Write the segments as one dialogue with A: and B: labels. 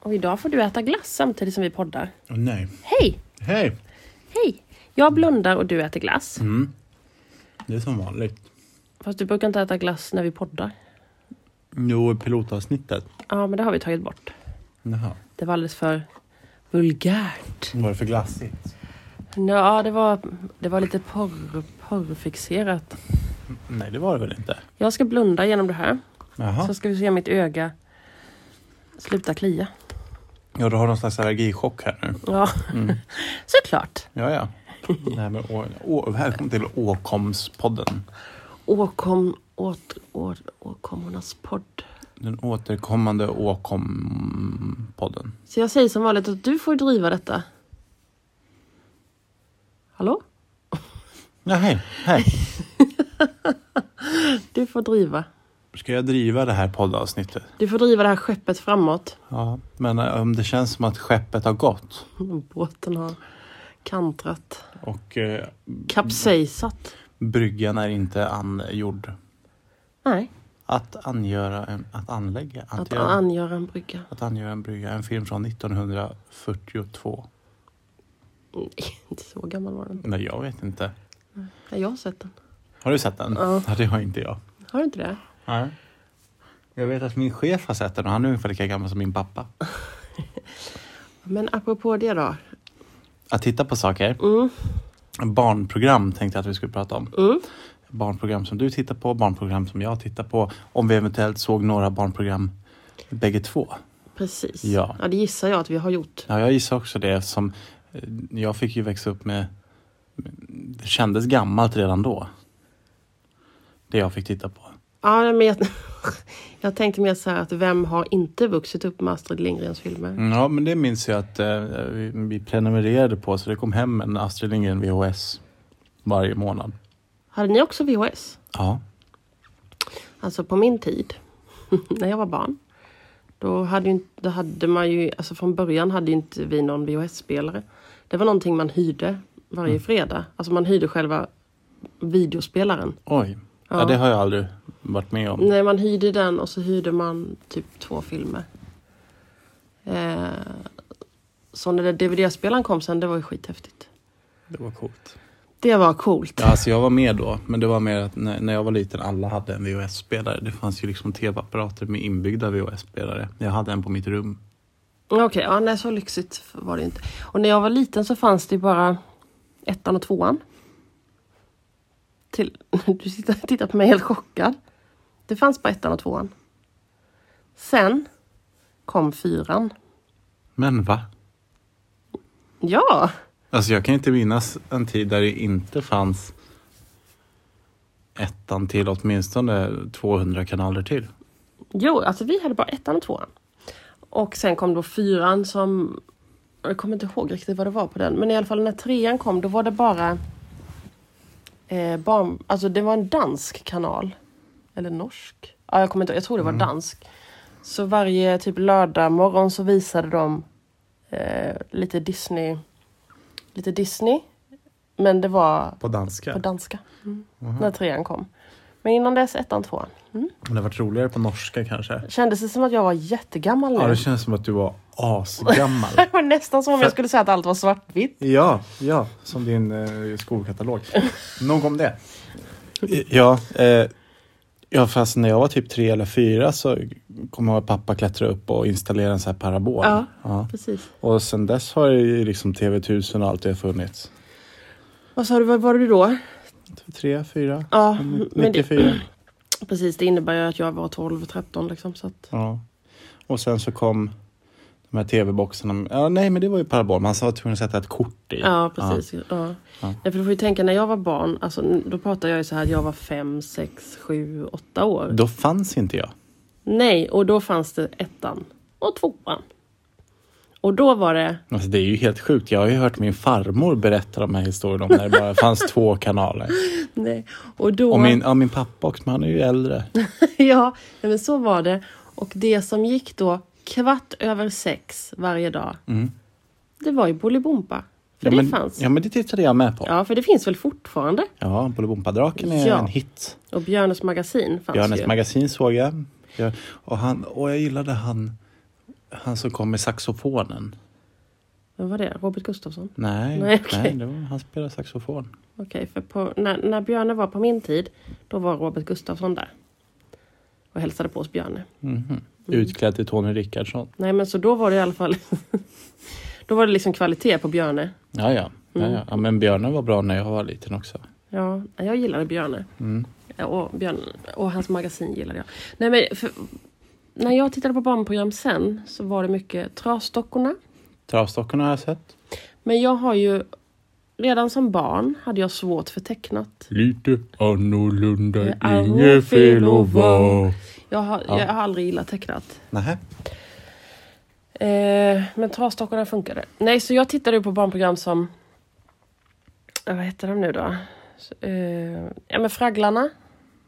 A: och idag får du äta glass samtidigt som vi poddar.
B: Åh, nej.
A: Hej!
B: Hej!
A: Hej! Jag blundar och du äter glass.
B: Mm. Det är som vanligt.
A: Fast du brukar inte äta glass när vi poddar.
B: Jo, pilotavsnittet.
A: Ja, men det har vi tagit bort.
B: Jaha.
A: Det var alldeles för vulgärt.
B: Vad är det för glassigt?
A: Ja, det var, det var lite porr, porrfixerat.
B: Nej, det var det väl inte?
A: Jag ska blunda genom det här.
B: Jaha.
A: Så ska vi se om mitt öga slutar klia.
B: Ja, du har någon slags allergichock här nu.
A: Ja, såklart.
B: Ja, ja. Nej, men, å, å, välkommen till Åkomspodden.
A: Åkom, åt, å, åkommornas podd.
B: Den återkommande Åkompodden.
A: Så jag säger som vanligt att du får driva detta. Hallå?
B: Ja, hej. hej.
A: Du får driva.
B: Ska jag driva det här poddavsnittet?
A: Du får driva det här skeppet framåt.
B: Ja, men eh, om det känns som att skeppet har gått
A: Båten har kantrat.
B: och eh,
A: Kapsejsat.
B: bryggan är inte angjord.
A: Nej,
B: Att angöra en, att anlägga, att,
A: att
B: göra-
A: angöra en brygga.
B: Att angöra en brygga, en film från 1942.
A: Nej, inte så gammal var den.
B: Nej, jag vet inte.
A: Ja, jag har sett den.
B: Har du sett den?
A: Ja.
B: Nej, det har inte jag.
A: Har du inte det?
B: Nej. Jag vet att min chef har sett den och han är ungefär lika gammal som min pappa.
A: Men apropå det då.
B: Att titta på saker.
A: Mm,
B: Barnprogram tänkte jag att vi skulle prata om.
A: mm.
B: Barnprogram som du tittar på, barnprogram som jag tittar på. Om vi eventuellt såg några barnprogram bägge två.
A: Precis.
B: Ja.
A: det gissar jag att vi har gjort.
B: Ja, jag gissar också det eftersom eh, jag fick ju växa upp med... Det kändes gammalt redan då. Det jag fick titta på.
A: Ja, men jag, jag tänkte mer så här att vem har inte vuxit upp med Astrid Lindgrens filmer?
B: Mm, Ja, men det minns jag att eh, vi, vi prenumererade på så det kom hem en Astrid Lindgren VHS varje månad.
A: Hade ni också VHS?
B: Ja.
A: Alltså på min tid, när jag var barn. Då hade, ju, inte- då hade man ju, alltså från början hade ju inte vi någon VHS-spelare. Det var någonting man hyrde varje fredag. Alltså man hyrde själva videospelaren.
B: Oj. Ja.
A: Ja.
B: det har jag aldrig varit med om.
A: Nej, man hyrde den och så hyrde man typ två filmer. Eh, så när det- DVD-spelaren kom sen, det var ju skithäftigt.
B: Det var coolt.
A: Det var coolt.
B: Ja, alltså jag var med då, men det var mer att när, när jag var liten alla hade en VHS-spelare. Det fanns ju liksom tv-apparater med inbyggda VHS-spelare. Jag hade en på mitt rum.
A: Okej, ja, nej så lyxigt var det inte. Och när jag var liten så fanns det ju bara ettan och tvåan. Till, du sitter- tittar på mig helt chockad. Det fanns bara ettan och tvåan. Sen kom fyran.
B: Men va?
A: Ja,
B: Alltså jag kan inte minnas en tid där det inte fanns ettan till åtminstone 200 kanaler till.
A: jo, alltså vi hade bara ettan och tvåan. Och sen kom då fyran som... Jag kommer inte ihåg riktigt vad det var på den. Men i alla fall när trean kom då var det bara... Eh, barn, alltså det var en dansk kanal. Eller norsk. Ja, jag kommer inte ihåg. Jag tror det var dansk. Så varje typ lördag morgon så visade de eh, lite Disney. Lite Disney. Men det var
B: På danska?
A: på danska. Mm. När trean kom. Men innan dess ettan, tvåan. Mm.
B: Men det har varit roligare på norska kanske?
A: Kändes det som att jag var jättegammal nu?
B: Ja, det känns som att du var asgammal.
A: Det var nästan som om jag skulle säga att allt var svartvitt.
B: ja, ja, som din eh, skolkatalog. Nog om det. Ja, eh, ja, fast när jag var typ tre eller fyra så kommer jag ihåg att pappa klättrade upp och installerade en sån här parabol.
A: Ja.
B: Ja.
A: Precis.
B: Och sen dess har ju liksom TV1000 och allt det funnits.
A: Vad sa du, vad var du då?
B: Tre, fyra,
A: Ja, men det,
B: 94.
A: precis. Det innebär ju att jag var 12-13 liksom. Så att,
B: Ja. Och sen så kom de här tv-boxarna. Ja, nej, men det var ju parabol. Man var tvungen att sätta ett kort i.
A: ja, precis. Ja. Nej, för du får ju tänka när jag var barn, alltså, då pratar jag ju så här att jag var 5, 6, 7, 8 år.
B: Då fanns inte jag.
A: Nej, och då fanns det ettan och tvåan. Och då var det,
B: Alltså, det är ju helt sjukt. Jag har ju hört min farmor berätta de här historierna om när det bara fanns två kanaler.
A: nej, och då...
B: Och min, ja, min pappa också, men han är ju äldre.
A: ja, nej, men så var det. Och det som gick då kvart över sex varje dag, det var ju Bolibompa. För
B: Mm. Ja,
A: det
B: men,
A: fanns.
B: Ja, men det tittade jag med på. Ja,
A: Ja, för det finns väl fortfarande?
B: Bolibompa-draken är
A: Ja.
B: en hit.
A: Och Björnes magasin fanns
B: Björnes
A: ju.
B: magasin såg jag. jag och, han, och jag gillade han, Han som kom med saxofonen.
A: Vem var det? Robert Gustafsson?
B: Nej,
A: Nej,
B: nej,
A: okej.
B: det var, han spelade saxofon.
A: Okej, för på, när, när Björne var på min tid, då var Robert Gustafsson där. Och hälsade på oss Björne.
B: Mhm. Utklädd till Tony Rickardsson.
A: Nej men så då var det i alla fall Då var det liksom kvalitet på Björne.
B: Ja, ja. ja,
A: Mm.
B: ja. ja men Björne var bra när jag var liten också.
A: Ja, jag gillade Björne.
B: Mm.
A: Ja, Och, Björn, och hans magasin gillade jag. Nej, men för, när jag tittade på barnprogram sen så var det mycket Trasdockorna.
B: Travstockarna har jag sett.
A: Men jag har ju... Redan som barn hade jag svårt för tecknat.
B: Lite annorlunda,
A: Det är
B: inget fel att vara.
A: Jag har,
B: Ja.
A: jag har aldrig gillat tecknat.
B: Nähä.
A: Eh, men Trasdockorna funkade. Nej, så jag tittade ju på barnprogram som... eh, Vad heter de nu då? Så, Eh, ja, men Fragglarna.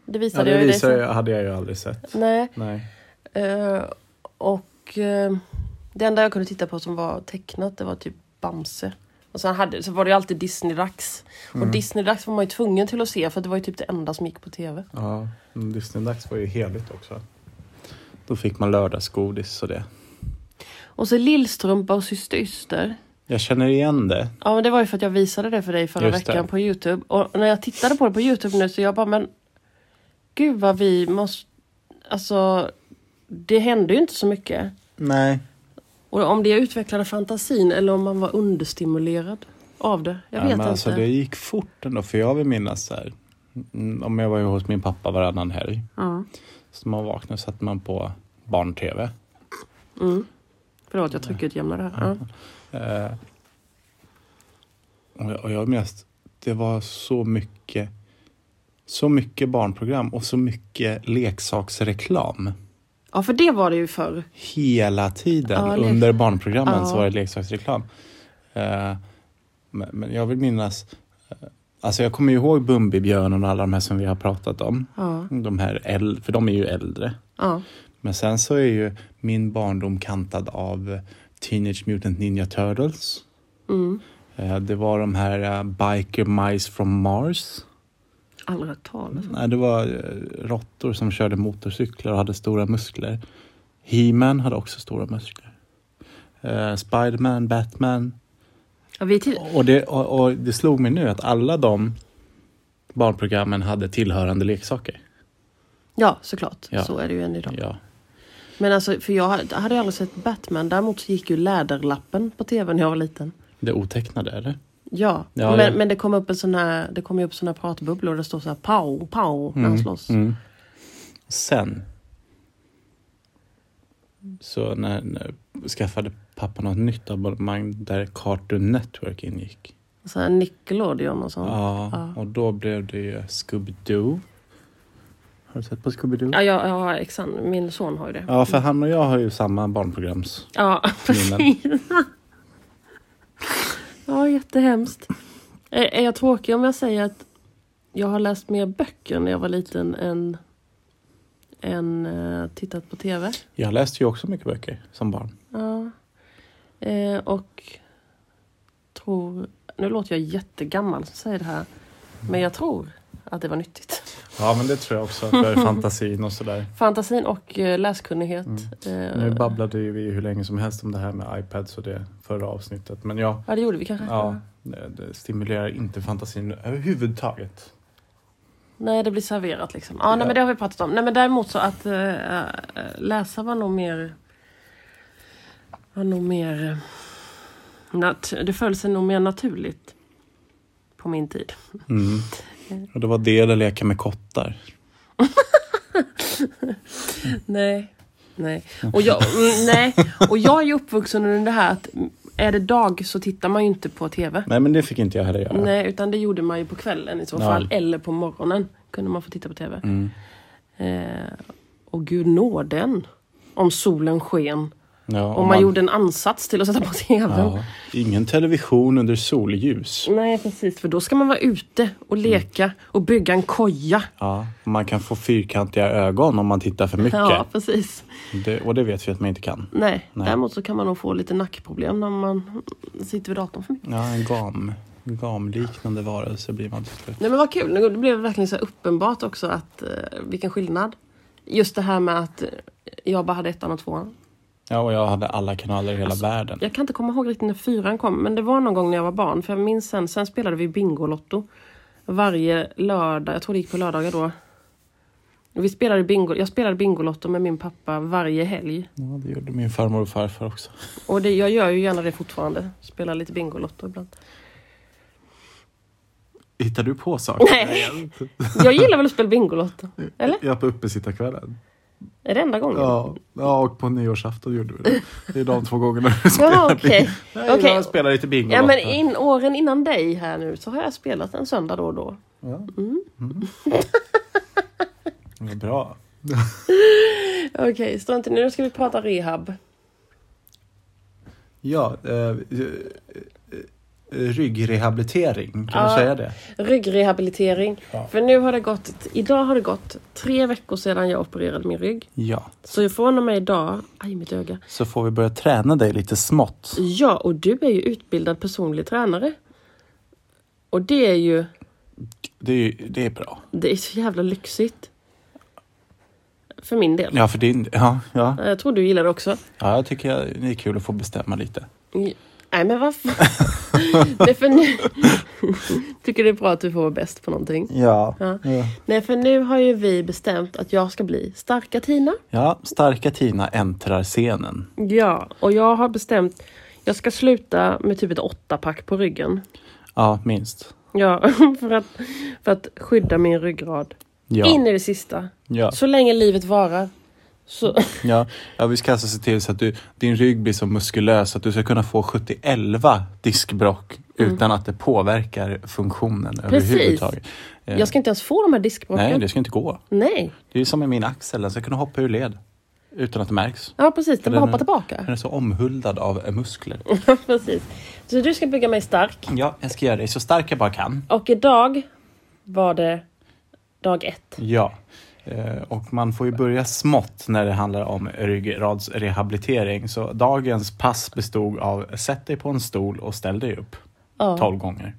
A: Det
B: Ja,
A: visade
B: det
A: jag ju dig.
B: visar
A: sen.
B: jag, hade jag ju aldrig sett.
A: Nej.
B: Nej.
A: Eh, och eh, det enda jag kunde titta på som var tecknat det var typ Bamse. Och sen hade, så var det ju alltid Disney-dags.
B: Mm.
A: Och Disney-dags var man ju tvungen till att se för det var ju typ det enda som gick på TV.
B: Ja, men Disney-dags var ju heligt också. Då fick man lördagsgodis och det.
A: Och så Lillstrumpa och Syster Yster.
B: Jag känner igen det.
A: Ja men det var ju för att jag visade det för dig förra
B: Just det.
A: veckan på Youtube. Och när jag tittade på det på Youtube nu så jag bara men Gud vad vi måste Alltså Det hände ju inte så mycket.
B: Nej.
A: Och om det utvecklade fantasin eller om man var understimulerad av det. Jag vet
B: men
A: inte.
B: Alltså, det gick fort ändå, för jag vill minnas så här. mm, Om jag var ju hos min pappa varannan helg.
A: Ja.
B: Så när man vaknade satte man på barn-tv.
A: Förlåt, jag tryckutjämnade här. Ja.
B: Eh, och, jag, och jag minns, det var så mycket, så mycket barnprogram och så mycket leksaksreklam.
A: ja, för det var det ju förr.
B: Hela tiden
A: Ja, lek-
B: under barnprogrammen
A: Ja.
B: så var det leksaksreklam. Eh, men, men jag vill minnas, eh, alltså jag kommer ju ihåg Bumbibjörnen och alla de här som vi har pratat om.
A: Ja.
B: De här äldre, för de är ju äldre.
A: Ja.
B: Men sen så är ju min barndom kantad av Teenage Mutant Ninja Turtles.
A: Mm.
B: Eh, Det var de här eh, Biker Mice from Mars.
A: Aldrig hört talas om.
B: Nej, det var eh, råttor som körde motorcyklar och hade stora muskler. He-Man hade också stora muskler. Eh, Spiderman, Batman.
A: Ja, vi till-
B: Och det, och, och det slog mig nu att alla de barnprogrammen hade tillhörande leksaker.
A: ja, såklart.
B: Ja.
A: Så är det ju än idag.
B: Ja.
A: Men alltså, för jag hade ju aldrig sett Batman. Däremot så gick ju Läderlappen på tv när jag var liten.
B: Det otecknade, eller?
A: Ja,
B: Ja,
A: men,
B: ja.
A: men det kom upp en sån här, det kom ju upp såna här pratbubblor där det står så här pow, pow när han slåss.
B: Mm. Sen så när, när skaffade pappa något nytt abonnemang där Cartoon Network ingick.
A: Och så här Nickelodeon och sånt. Ja,
B: Ja, och då blev det ju Scooby-Doo. Har du sett på Scooby-Doo?
A: ja, ja, exakt. Min son har ju det. Ja,
B: Ja, för han och jag har ju samma barnprograms.
A: precis. ja, jättehemskt. Är, är jag tråkig om jag säger att jag har läst mer böcker när jag var liten än, än eh, tittat på tv?
B: Jag läste ju också mycket böcker som barn.
A: Ja. Eh, och tror... Nu låter jag jättegammal som säger det här. Men jag tror att det var nyttigt.
B: Ja, men det tror jag också för fantasin och sådär.
A: Fantasin och eh, läskunnighet. Eh,
B: Nu babblade ju vi hur länge som helst om det här med iPads och det förra avsnittet. Men ja,
A: ja, det gjorde vi kanske.
B: ja det det stimulerar inte fantasin överhuvudtaget.
A: Nej, det blir serverat liksom. Ja, nej,
B: Ja.
A: men det har vi pratat om. Nej, men däremot så att eh, eh, läsa var nog mer... Var nog mer... eh, Nat- det föll sig nog mer naturligt på min tid.
B: Mm. Och det var det eller leka med kottar.
A: Nej. Nej. Och jag, mm, nej. Och jag är ju uppvuxen under det här att mm, är det dag så tittar man ju inte på TV.
B: Nej, men det fick inte jag heller göra.
A: Nej, utan det gjorde man ju på kvällen i så
B: Ja.
A: fall. Eller på morgonen kunde man få titta på TV.
B: Mm.
A: Eh, och gud nåden. Om solen sken.
B: Ja, och
A: Om man gjorde en ansats till att sätta på TVn.
B: ja, Ingen television under solljus.
A: Nej, precis. För då ska man vara ute och leka och bygga en koja.
B: Ja, man kan få fyrkantiga ögon om man tittar för mycket.
A: Ja, precis.
B: Det, och det vet vi att man inte kan.
A: Nej.
B: Nej.
A: däremot så kan man nog få lite nackproblem när man sitter vid datorn för mycket.
B: Ja, en gam. En gamliknande varelse blir man till slut.
A: Nej men vad kul, det blev verkligen så här uppenbart också att eh, vilken skillnad. Just det här med att eh, jag bara hade ettan och tvåan.
B: Ja, och jag hade alla kanaler i hela
A: Alltså,
B: världen.
A: Jag kan inte komma ihåg riktigt när fyran kom, men det var någon gång när jag var barn. För jag minns sen, sen spelade vi Bingolotto varje lördag. Jag tror det gick på lördagar då. Vi spelade bingo, jag spelade Bingolotto med min pappa varje helg.
B: Ja, det gjorde min farmor och farfar också.
A: Och det, jag gör ju gärna det fortfarande. Spelar lite Bingolotto ibland.
B: Hittar du på saker?
A: Nej. Jag gillar väl att spela Bingolotto? Eller?
B: Ja, på uppesittarkvällen.
A: Är det enda gången?
B: Ja, ja, och på nyårsafton gjorde vi det. Det är de två gångerna du
A: Jaha,
B: spelar
A: okej.
B: bingo.
A: Okej.
B: Jag spelar lite bingo.
A: Ja men
B: Lotta.
A: in, åren innan dig här nu så har jag spelat en söndag då och då.
B: Ja. Vad bra.
A: Okej, strunt i det. nu ska vi prata rehab.
B: Ja, eh, eh, eh, ryggrehabilitering, kan
A: Ja.
B: du säga det?
A: Ryggrehabilitering.
B: Ja.
A: För nu har det gått, idag har det gått tre veckor sedan jag opererade min rygg.
B: ja.
A: Så från och med idag, aj mitt öga.
B: Så får vi börja träna dig lite smått.
A: Ja, och du är ju utbildad personlig tränare. Och det är ju,
B: Det är, ju- det är bra.
A: det är så jävla lyxigt. För min del.
B: Ja, för din... Ja, ja.
A: Jag tror du gillar det också.
B: ja jag tycker jag- det är kul att få bestämma lite.
A: Nej men varför? Nej för nu... Tycker det är bra att du får vara bäst på någonting.
B: Ja.
A: Ja.
B: ja.
A: Nej för nu har ju vi bestämt att jag ska bli starka Tina.
B: ja starka Tina äntrar scenen.
A: Ja, och jag har bestämt jag ska sluta med typ ett åtta pack på ryggen.
B: Ja, minst.
A: Ja, för att, för att skydda min ryggrad.
B: Ja.
A: In i det sista.
B: Ja.
A: Så länge livet varar. Så,
B: Ja. ja, vi ska alltså se till så att du, din rygg blir så muskulös att du ska kunna få 70-11 diskbråck utan att det påverkar funktionen
A: Mm. Precis.
B: överhuvudtaget. Eh,
A: jag ska inte ens få de här diskbråcken.
B: Nej, det ska inte gå.
A: Nej.
B: Det är som med min axel, den ska kunna hoppa ur led utan att det märks.
A: Ja, precis. Den bara
B: Eller
A: hoppar
B: nu- Den
A: tillbaka.
B: är så omhuldad av eh, muskler.
A: Oh. precis. Så du ska bygga mig stark.
B: Ja, jag ska göra dig så stark jag bara kan.
A: Och idag var det dag ett.
B: Ja, eh, och man får ju börja smått när det handlar om ryggradsrehabilitering. Så dagens pass bestod av sätt dig på en stol och ställ dig upp.
A: Ja.
B: 12 gånger.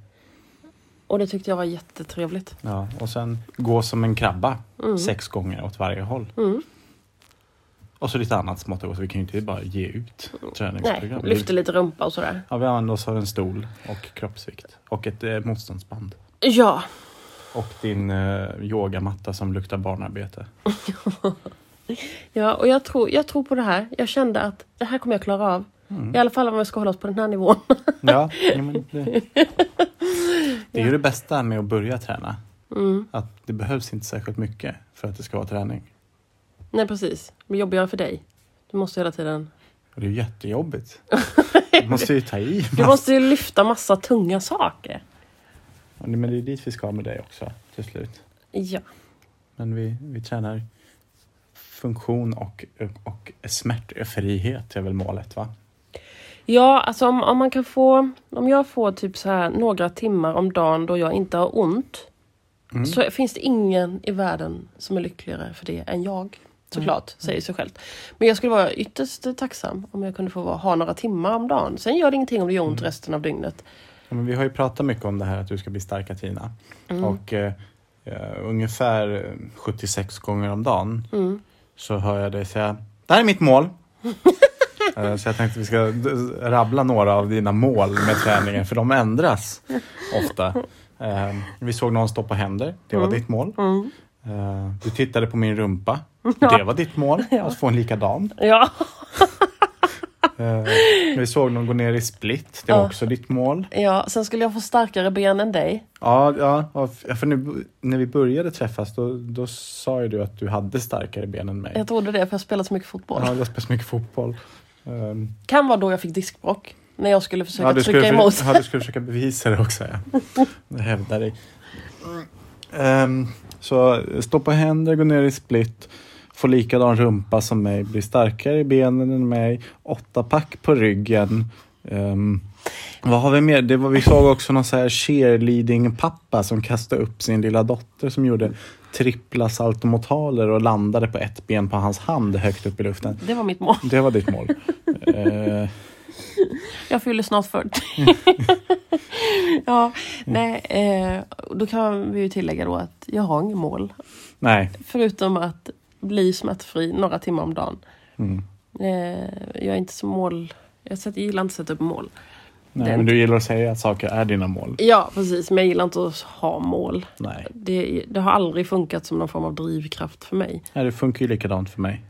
A: Och det tyckte jag var jättetrevligt.
B: Ja, och sen gå som en krabba sex gånger åt varje håll. Och så lite annat smått och gott. Vi kan ju inte bara ge ut
A: Nej,
B: träningsprogram.
A: lyfte lite rumpa och sådär.
B: Ja, vi använder oss av en stol och kroppsvikt och ett eh, motståndsband.
A: Ja,
B: Och din eh, yogamatta som luktar barnarbete.
A: ja och jag tror, jag tror på det här. Jag kände att det här kommer jag klara av. I alla fall om jag ska hålla oss på den här nivån.
B: Ja, ja, men det, det är ju det bästa med att börja träna. Att det behövs inte särskilt mycket för att det ska vara träning.
A: Nej, precis. Men jobbigare för dig. Du måste hela tiden...
B: Och det är jättejobbigt. Man måste ju ta i.
A: Du måste ju lyfta massa tunga saker.
B: Men det är dit vi ska med dig också till slut.
A: Ja.
B: Men vi, vi tränar funktion och, och smärtfrihet är väl målet va?
A: Ja, alltså om, om man kan få... Om jag får typ så här några timmar om dagen då jag inte har ont. Så finns det ingen i världen som är lyckligare för det än jag. Såklart, säger sig självt. Men jag skulle vara ytterst tacksam om jag kunde få vara, ha några timmar om dagen. Sen gör det ingenting om det gör ont resten av dygnet.
B: Ja, men vi har ju pratat mycket om det här att du ska bli starka Tina. Och eh, eh, ungefär eh, 76 gånger om dagen så hör jag dig säga Det här är mitt mål. Eh, så jag tänkte att vi ska d- rabbla några av dina mål med träningen för de ändras ofta. Eh, vi såg någon stå på händer. Det var ditt mål. Eh, du tittade på min rumpa. Det var ditt mål. Att få en likadan.
A: Ja,
B: Eh, vi såg någon gå ner i split. Det var också ditt mål.
A: ja. Sen skulle jag få starkare ben än dig.
B: Ja, ja ja, f- ja, för nu, när vi började träffas då, då sa ju du att du hade starkare ben än mig.
A: Jag trodde det för jag spelat så mycket fotboll.
B: Ja, jag spelar så mycket fotboll. Um,
A: Kan vara då jag fick diskbråck. När jag skulle försöka
B: ja, du
A: trycka
B: skulle,
A: emot.
B: ja, du skulle försöka bevisa det också. Ja. Jag hävdar dig. Ehm, så stå på händer, gå ner i split, få likadan rumpa som mig, bli starkare i benen än mig, åtta pack på ryggen. Ehm, vad har vi mer? Det var, vi såg också någon så här cheerleading-pappa som kastade upp sin lilla dotter som gjorde trippla saltomortaler och landade på ett ben på hans hand högt upp i luften.
A: Det var mitt mål.
B: Det var ditt mål. Ehm,
A: Jag fyller snart 40. ja, nej, eh, då kan vi ju tillägga då att jag har inget mål.
B: nej.
A: Förutom att bli smärtfri några timmar om dagen.
B: Mm.
A: Eh, jag är inte så mål... Jag, sätter, jag gillar inte att sätta upp mål.
B: Nej,
A: Den-
B: men du gillar att säga att saker är dina mål.
A: Ja, precis. Men jag gillar inte att ha mål.
B: Nej.
A: Det, det har aldrig funkat som någon form av drivkraft för mig.
B: Nej, det funkar ju likadant för mig.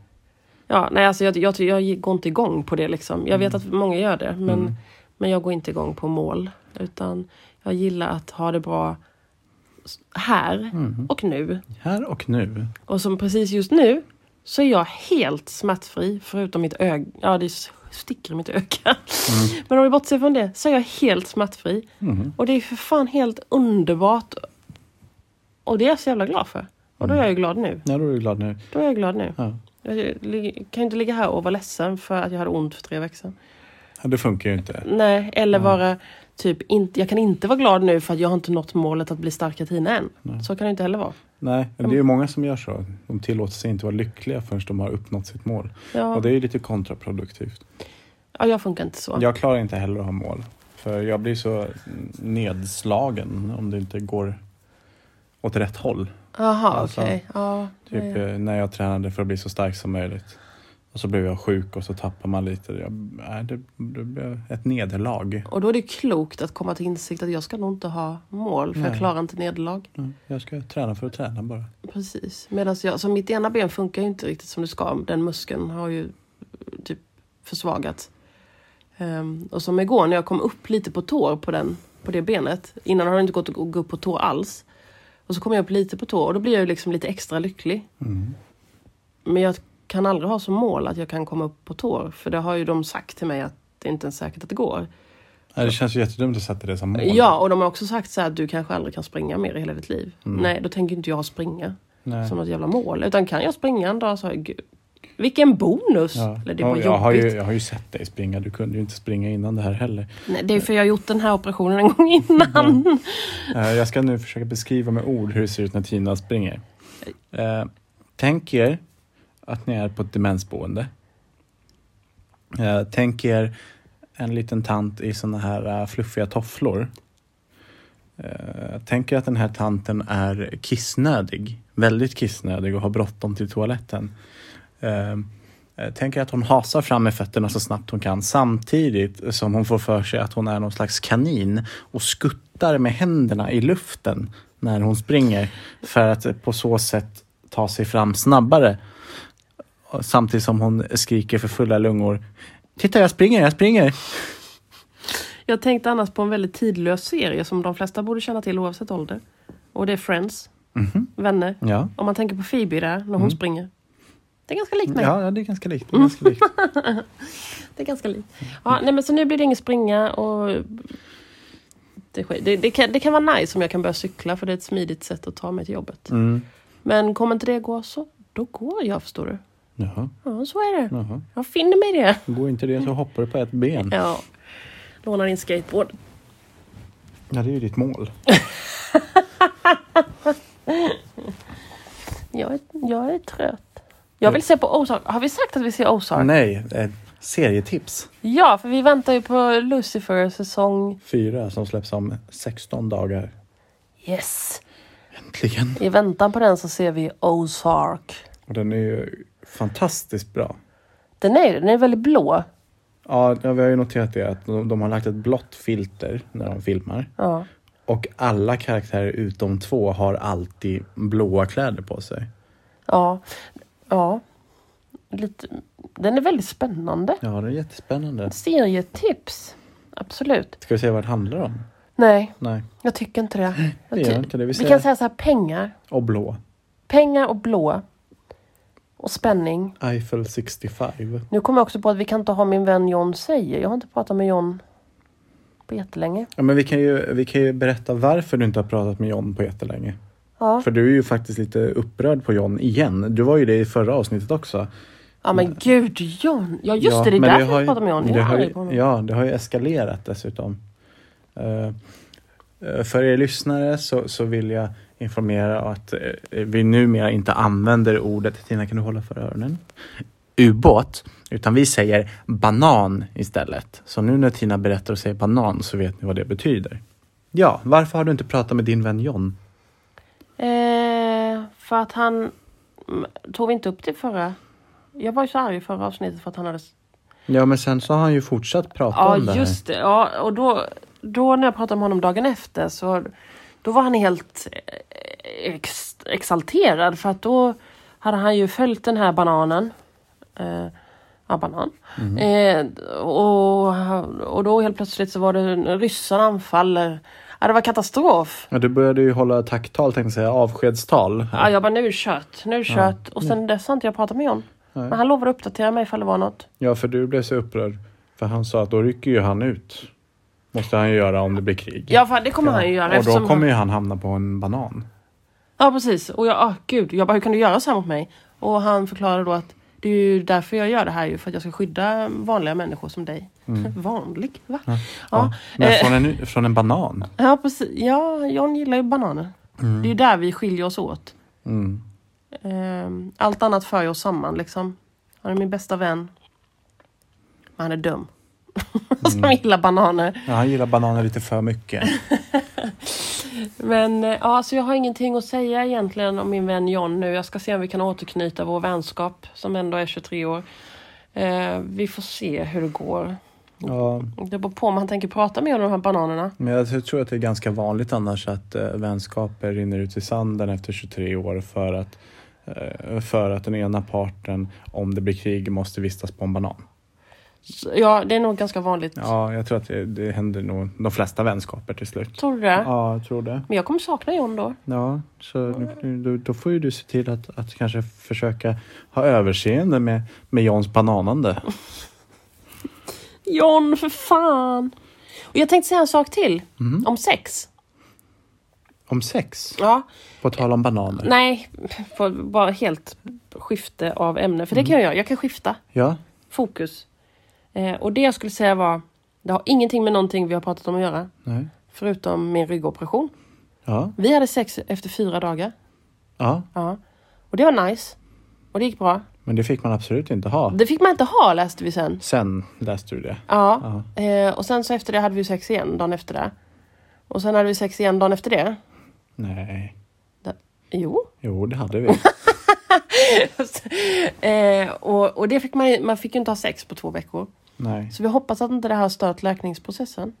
A: Ja, nej, alltså jag, jag, jag går inte igång på det. Liksom. Jag vet att många gör det, men,
B: Mm.
A: men jag går inte igång på mål. Utan jag gillar att ha det bra s- här
B: Mhm.
A: och nu.
B: Här och nu.
A: Och som precis just nu så är jag helt smärtfri, förutom mitt öga. Ja, det s- sticker i mitt öga. Men om vi bortser från det så är jag helt smärtfri.
B: Mhm.
A: Och det är för fan helt underbart. Och det är jag så jävla glad för. Och då är jag ju glad nu.
B: Ja, då är du glad nu.
A: Då är jag glad nu.
B: Ja.
A: Jag lig- kan ju inte ligga här och vara ledsen för att jag hade ont för tre veckor sedan.
B: Ja, det funkar ju inte.
A: Nej, eller
B: Nej.
A: vara typ inte, jag kan inte vara glad nu för att jag har inte nått målet att bli starka Tina än.
B: Nej.
A: Så kan det inte heller vara.
B: Nej, men det är ju många som gör så. De tillåter sig inte vara lyckliga förrän de har uppnått sitt mål.
A: Ja,
B: Och det är ju lite kontraproduktivt.
A: ja jag funkar inte så.
B: Jag klarar inte heller att ha mål. För jag blir så nedslagen om det inte går åt rätt håll.
A: Jaha,
B: Alltså,
A: okej. Ja,
B: Typ
A: nej.
B: eh, när jag tränade för att bli så stark som möjligt. Och så blev jag sjuk och så tappar man lite. Jag, nej, det, det blev ett nederlag.
A: Och då är det klokt att komma till insikt att jag ska nog inte ha mål för jag
B: Nej.
A: klarar inte nederlag.
B: Mm, Jag ska träna för att träna bara.
A: Precis. Medan jag, så mitt ena ben funkar ju inte riktigt som det ska. Den muskeln har ju eh, typ försvagats. Ehm, och som igår när jag kom upp lite på tår på, den, på det benet. Innan har det inte gått att gå gå upp på tå alls. Och så kom jag upp lite på tå och då blir jag ju liksom lite extra lycklig.
B: Mm.
A: Men jag kan aldrig ha som mål att jag kan komma upp på tår. För det har ju de sagt till mig att det inte ens är säkert att det går.
B: Nej, Det känns ju jättedumt att sätta det som mål.
A: Ja, och de har också sagt så här att du kanske aldrig kan springa mer i hela ditt liv. Nej, då tänker inte jag springa.
B: Nej.
A: som något jävla mål. Utan kan jag springa en dag så, gud, vilken bonus!
B: Ja.
A: Eller det var
B: Ja, jag, har ju,
A: jobbigt.
B: jag har ju sett dig springa. Du kunde ju inte springa innan det här heller.
A: Nej, det är för jag har gjort den här operationen en gång innan.
B: Eh, Jag ska nu försöka beskriva med ord hur det ser ut när Tina springer. Eh, Tänk er att ni är på ett demensboende. Eh, Tänk er en liten tant i såna här eh, fluffiga tofflor. Eh, Tänk er att den här tanten är kissnödig. Väldigt kissnödig och har bråttom till toaletten. Eh, eh, Tänk er att hon hasar fram med fötterna så snabbt hon kan samtidigt som hon får för sig att hon är någon slags kanin och skuttar med händerna i luften när hon springer för att på så sätt ta sig fram snabbare. Och Samtidigt som hon skriker för fulla lungor. Titta, jag springer, jag springer!
A: Jag tänkte annars på en väldigt tidlös serie som de flesta borde känna till oavsett ålder. Och det är Friends,
B: Mhm.
A: Vänner.
B: Ja.
A: Om man tänker på Phoebe där, när hon springer. Det är ganska likt mig.
B: Mm, Ja, ja, det är ganska likt. Det är ganska likt.
A: Det är ganska likt. Ja, nej, men så nu blir det ingen springa och det, sker- det, det, kan, det kan vara nice om jag kan börja cykla för det är ett smidigt sätt att ta mig till jobbet.
B: Mm.
A: Men kommer inte det gå så, då går jag förstår du.
B: Jaha,
A: Ja, så är det.
B: jaha.
A: Jag finner mig i det.
B: Går inte det så hoppar du på ett ben.
A: Ja. Låna din skateboard.
B: Ja, det är ju ditt mål.
A: Jag är, jag är trött. Jag vill se på Ozark. Har vi sagt att vi ser Ozark?
B: Nej, eh, serietips.
A: Ja, för vi väntar ju på Lucifer säsong...
B: Fyra som släpps om 16 dagar.
A: Yes!
B: Äntligen.
A: I väntan på den så ser vi Ozark.
B: Och den är ju fantastiskt bra.
A: Den är den är väldigt blå.
B: Ja, vi har ju noterat det att de, de har lagt ett blått filter när de filmar.
A: Ja.
B: Och alla karaktärer utom två har alltid blåa kläder på sig.
A: Ja. Ja. Lite... Den är väldigt spännande.
B: Ja, det är jättespännande.
A: Serietips. Absolut.
B: Ska vi se vad det handlar om?
A: Nej,
B: Nej.
A: jag tycker inte det. Jag
B: Det gör
A: ty-
B: inte det. Vi
A: Vi
B: säger-
A: kan säga så här, pengar.
B: Och blå.
A: Pengar och blå. Och spänning.
B: Eiffel 65.
A: Nu kommer jag också på att vi kan inte ha min vän John säger. Jag har inte pratat med John på jättelänge.
B: Ja, men vi kan, ju, vi kan ju berätta varför du inte har pratat med John på jättelänge.
A: Ja,
B: För du är ju faktiskt lite upprörd på John igen. Du var ju det i förra avsnittet också.
A: ja men gud John. Ja just
B: Ja,
A: det, det är
B: men
A: därför jag
B: har ju-
A: pratar med John. Jag
B: Det
A: är
B: har,
A: arg
B: ju-
A: på honom.
B: ja, det har ju eskalerat dessutom. Eh, eh, för er lyssnare så, så vill jag informera att eh, vi numera inte använder ordet, Tina kan du hålla för öronen? Ubåt, utan vi säger banan istället. Så nu när Tina berättar och säger banan så vet ni vad det betyder. Ja, varför har du inte pratat med din vän John?
A: Eh, för att han... mm, Tog vi inte upp det förra Jag var ju så arg i förra avsnittet för att han hade...
B: Ja, men sen så har han ju fortsatt prata om det
A: Ja,
B: här.
A: just det. Ja, och då, då när jag pratade med honom dagen efter så då var han helt eh, ex, exalterad för att då hade han ju följt den här bananen. Eh, ja, banan.
B: Mhm.
A: Eh, och, och då helt plötsligt så var det ryssarna anfaller. Ja, det var katastrof.
B: Ja, du började ju hålla tacktal, tänkte jag säga, avskedstal. här.
A: Ja, jag bara nu är det kört, nu är det kört. Och sen dess har inte jag pratat med John.
B: Nej.
A: Men han lovade att uppdatera mig ifall det var något.
B: Ja, för du blev så upprörd. För han sa att då rycker ju han ut. Måste han ju göra om det blir krig.
A: Ja, för det kommer han ju göra.
B: Och då
A: eftersom
B: kommer
A: han...
B: ju han hamna på en banan.
A: Ja, precis. Och jag, ah, gud, jag bara hur kan du göra så här mot mig? Och han förklarade då att det är ju därför jag gör det här ju, för att jag ska skydda vanliga människor som dig. Vanlig, va? Ja, ja.
B: Mm. Ja, men
A: eh.
B: från en, från en banan.
A: precis. Ja, John gillar ju bananer. Det är ju där vi skiljer oss åt.
B: Mm.
A: Ehm, Allt annat för oss samman liksom. Han är min bästa vän. Men han är dum.
B: Mm.
A: Som gillar bananer.
B: Ja, han gillar bananer lite för mycket.
A: Men eh, ja, så jag har ingenting att säga egentligen om min vän John nu. Jag ska se om vi kan återknyta vår vänskap som ändå är 23 år. Eh, vi får se hur det går.
B: Ja,
A: Det beror på om han tänker prata mer om de här bananerna.
B: men jag tror att det är ganska vanligt annars att eh, vänskaper rinner ut i sanden efter 23 år för att, eh, för att den ena parten, om det blir krig, måste vistas på en banan.
A: Så, ja, det är nog ganska vanligt.
B: Ja, jag tror att det, det händer nog de flesta vänskaper till slut.
A: Tror du det?
B: Ja, jag tror det.
A: Men jag kommer sakna John då.
B: Ja, så nu- nu, då, då får ju du se till att, att kanske försöka ha överseende med, med Johns bananande.
A: John, för fan! Och jag tänkte säga en sak till.
B: Mhm.
A: Om sex.
B: Om sex,
A: Ja,
B: på tal om bananer.
A: nej, på- bara helt skifte av ämne.
B: Mhm.
A: För det kan jag göra. Jag kan skifta.
B: Ja,
A: fokus. Eh, och det jag skulle säga var, det har ingenting med någonting vi har pratat om att göra,
B: nej.
A: förutom min ryggoperation.
B: Ja,
A: Vi hade sex efter fyra dagar.
B: ja,
A: Ja. Och det var nice. Och det gick bra.
B: men det fick man absolut inte ha.
A: Det fick man inte ha läste vi sen.
B: Sen läste du det.
A: Ja. Eh, och sen så efter det hade vi sex igen dagen efter det. Och sen hade vi sex igen dagen efter det.
B: Nej.
A: Det- Jo.
B: Jo, det hade vi.
A: eh, och, och det fick man ju- man fick ju inte ha sex på två veckor.
B: Nej.
A: Så vi hoppas att inte det här har stört läkningsprocessen.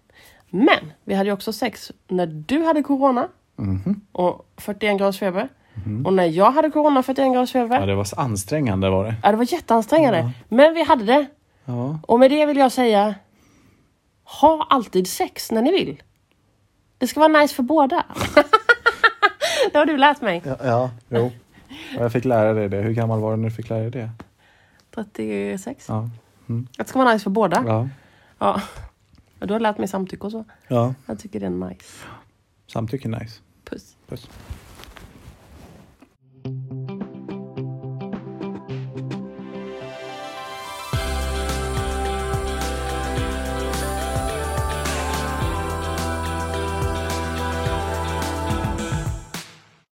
A: Men vi hade ju också sex när du hade corona
B: Mhm.
A: och 41 graders feber. Och när jag hade corona och 41 graders feber.
B: Ja, det var så ansträngande var det.
A: Ja, det var jätteansträngande. Men vi hade det.
B: Ja,
A: Och med det vill jag säga, ha alltid sex när ni vill. Det ska vara nice för båda. det har du lärt mig.
B: ja, ja jo. Och jag fick lära dig det. Hur gammal var du när du fick lära dig det?
A: 36.
B: Ja.
A: Det ska vara nice för båda. Ja.
B: Ja.
A: Du har lärt mig samtycke och så.
B: ja.
A: Jag tycker det är nice.
B: Samtycke nice.
A: Puss.
B: Puss.